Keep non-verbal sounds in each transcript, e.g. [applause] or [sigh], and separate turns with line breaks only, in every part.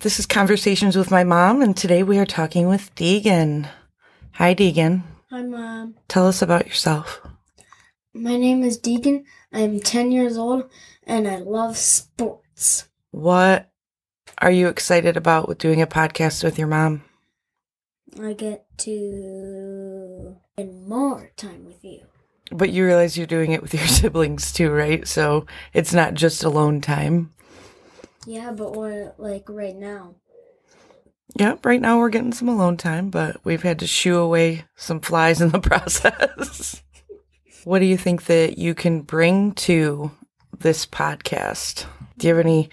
This is Conversations with My Mom, and today we are talking with Deegan. Hi, Deegan.
Hi, Mom.
Tell us about yourself.
um, My name is Deegan. I'm 10 years old and I love sports.
What are you excited about with doing a podcast with your mom?
I get to spend more time with you.
But you realize you're doing it with your [laughs] siblings too, right? So it's not just alone time.
Yeah, but we're like right now.
Yep, right now we're getting some alone time, but we've had to shoo away some flies in the [laughs] process. what do you think that you can bring to this podcast? Do you have any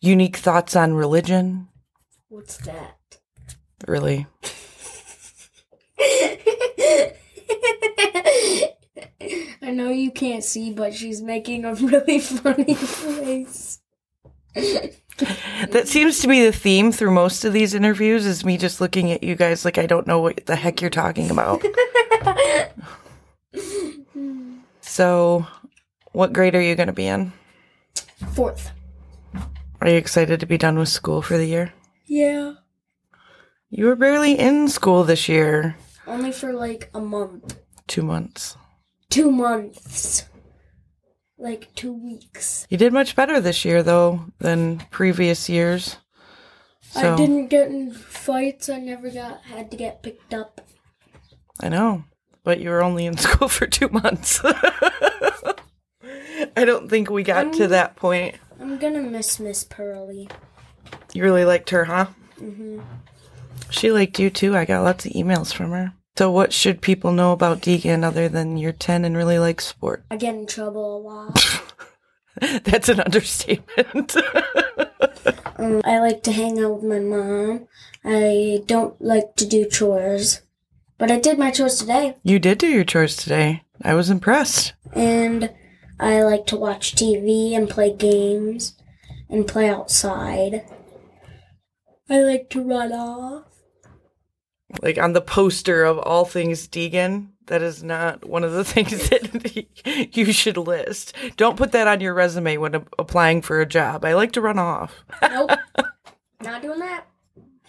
unique thoughts on religion?
What's that? [laughs]
Really?
I know you can't see, but she's making a really [laughs] funny face.
That seems to be the theme through most of these interviews is me just looking at you guys like I don't know what the heck you're talking about. so, what grade are you going to be in?
Fourth.
Are you excited to be done with school for the year?
Yeah.
You were barely in school this year.
Only for like a month.
Two months.
Two months. Like two weeks.
You did much better this year, though, than previous years. So,
I didn't get in fights. I never got had to get picked up.
I know, but you were only in [laughs] school for two months. [laughs] I don't think we got to that point.
I'm gonna miss Miss Pearly.
You really liked her, huh? Mm-hmm. She liked you too. I got lots of emails from her. So, what should people know about Deegan other than you're 10 and really like sport? [laughs]
I get in trouble a lot.
That's an understatement. [laughs]
um, I like to hang out with my mom. I don't like to do chores, but I did my chores today.
you did do your chores today. I was impressed.
And I like to watch TV and play games and play outside. I like to run off.
Like on the poster of all things Deegan, that is not one of the [laughs] things that [laughs] you should list. Don't put that on your resume when a- applying for a job. I like to run off. [laughs]
Nope, not doing that.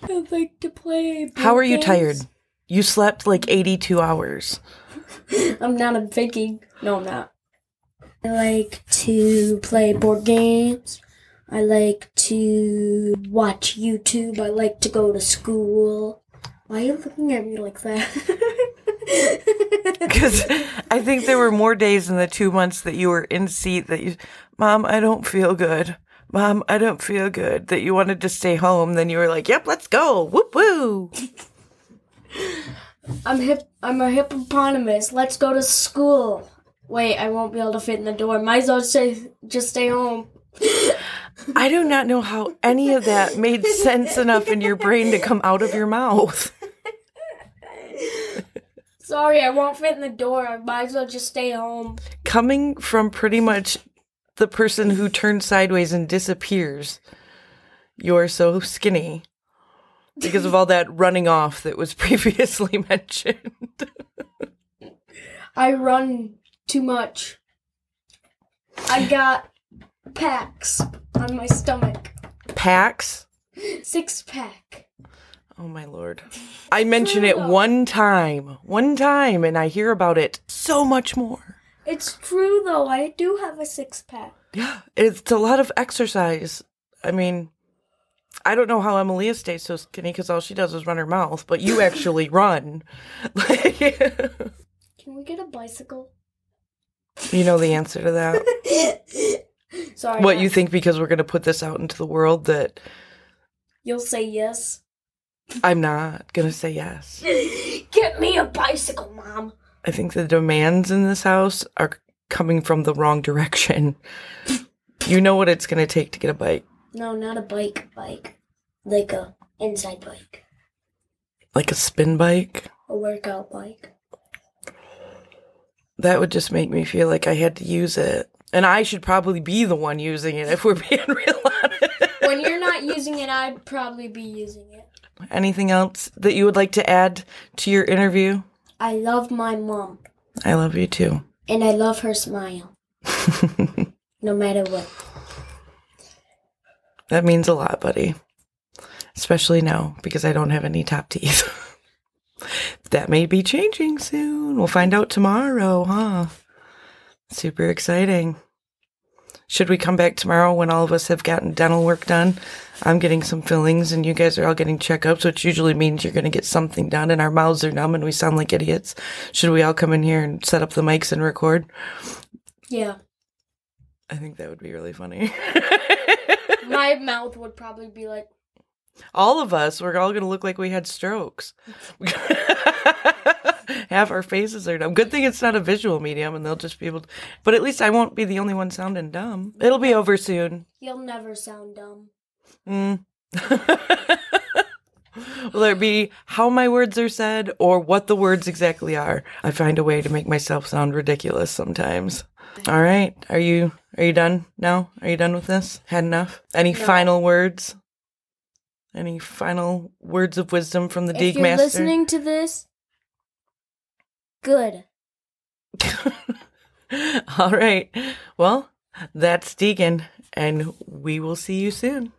I like to play. board
How are you
games.
tired? You slept like 82 hours.
I'm not. I'm thinking. No, I'm not. I like to play board games. I like to watch YouTube. I like to go to school. Why are you looking at me like that?
Because I think there were more days in the two months that you were in seat that you, Mom, I don't feel good. Mom, I don't feel good. That you wanted to stay home. Then you were like, Yep, let's go. Whoop woo.
[laughs] I'm hip. I'm a hippopotamus. Let's go to school. Wait, I won't be able to fit in the door. Might as well stay, just stay home.
I do not know how any of that made sense enough in your brain to come out of your mouth.
Sorry, I won't fit in the door. I might as well just stay home.
Coming from pretty much the person who turns sideways and disappears, you're so skinny because of all that running off that was [laughs] previously mentioned.
I run too much. I got packs on my stomach.
Packs.
Six pack.
Oh my lord. I mention it one time, one time, and I hear about it so much more.
It's true though, I do have a six pack.
Yeah, it's a lot of exercise. I mean, I don't know how Emilia stays so skinny because all she does is run her mouth, but you actually run. Like,
Can we get a [laughs] bicycle?
you know the answer to that.
Sorry.
What
Mom.
you think because we're going to put this out into the world that
You'll say yes.
I'm not going to say yes.
[laughs] Get me a bicycle, Mom.
I think the demands in this house are coming from the wrong direction. You know what it's going to take to get a bike.
No, not a bike, bike. Like a inside bike.
like a spin bike.
A workout bike.
That would just make me feel like I had to use it. And I should probably be the one using it if we're [laughs] being real honest.
When you're not using it, I'd probably be using it.
Anything else that you would like to add to your interview?
I love my mom.
I love you too.
And I love her smile.
[laughs]
no matter what.
That means a lot, buddy. especially now because I don't have any top teeth. [laughs] that may be changing soon. We'll find out tomorrow, huh? Super exciting. Should we come back tomorrow when all of us have gotten dental work done? I'm getting some fillings and you guys are all getting checkups, which usually means you're going to get something done and our mouths are numb and we sound like idiots. Should we all come in here and set up the mics and record?
Yeah.
I think that would be really funny. [laughs]
My mouth would probably be like,
all of us, we're all going to look like we had strokes. [laughs] Half our faces are dumb. Good thing it's not a visual medium and they'll just be able to, but at least I won't be the only one sounding dumb. It'll be over soon.
you'll never sound dumb.
Mm. Whether it be how my words are said or what the words exactly are, I find a way to make myself sound ridiculous sometimes. All right, are you are you done now? Are you done with this? Had enough? Any
No.
final words? Any final words of wisdom from the
if
Deeg
you're
Master?
listening to this, good.
[laughs] All right. Well, that's Deegan, and we will see you soon.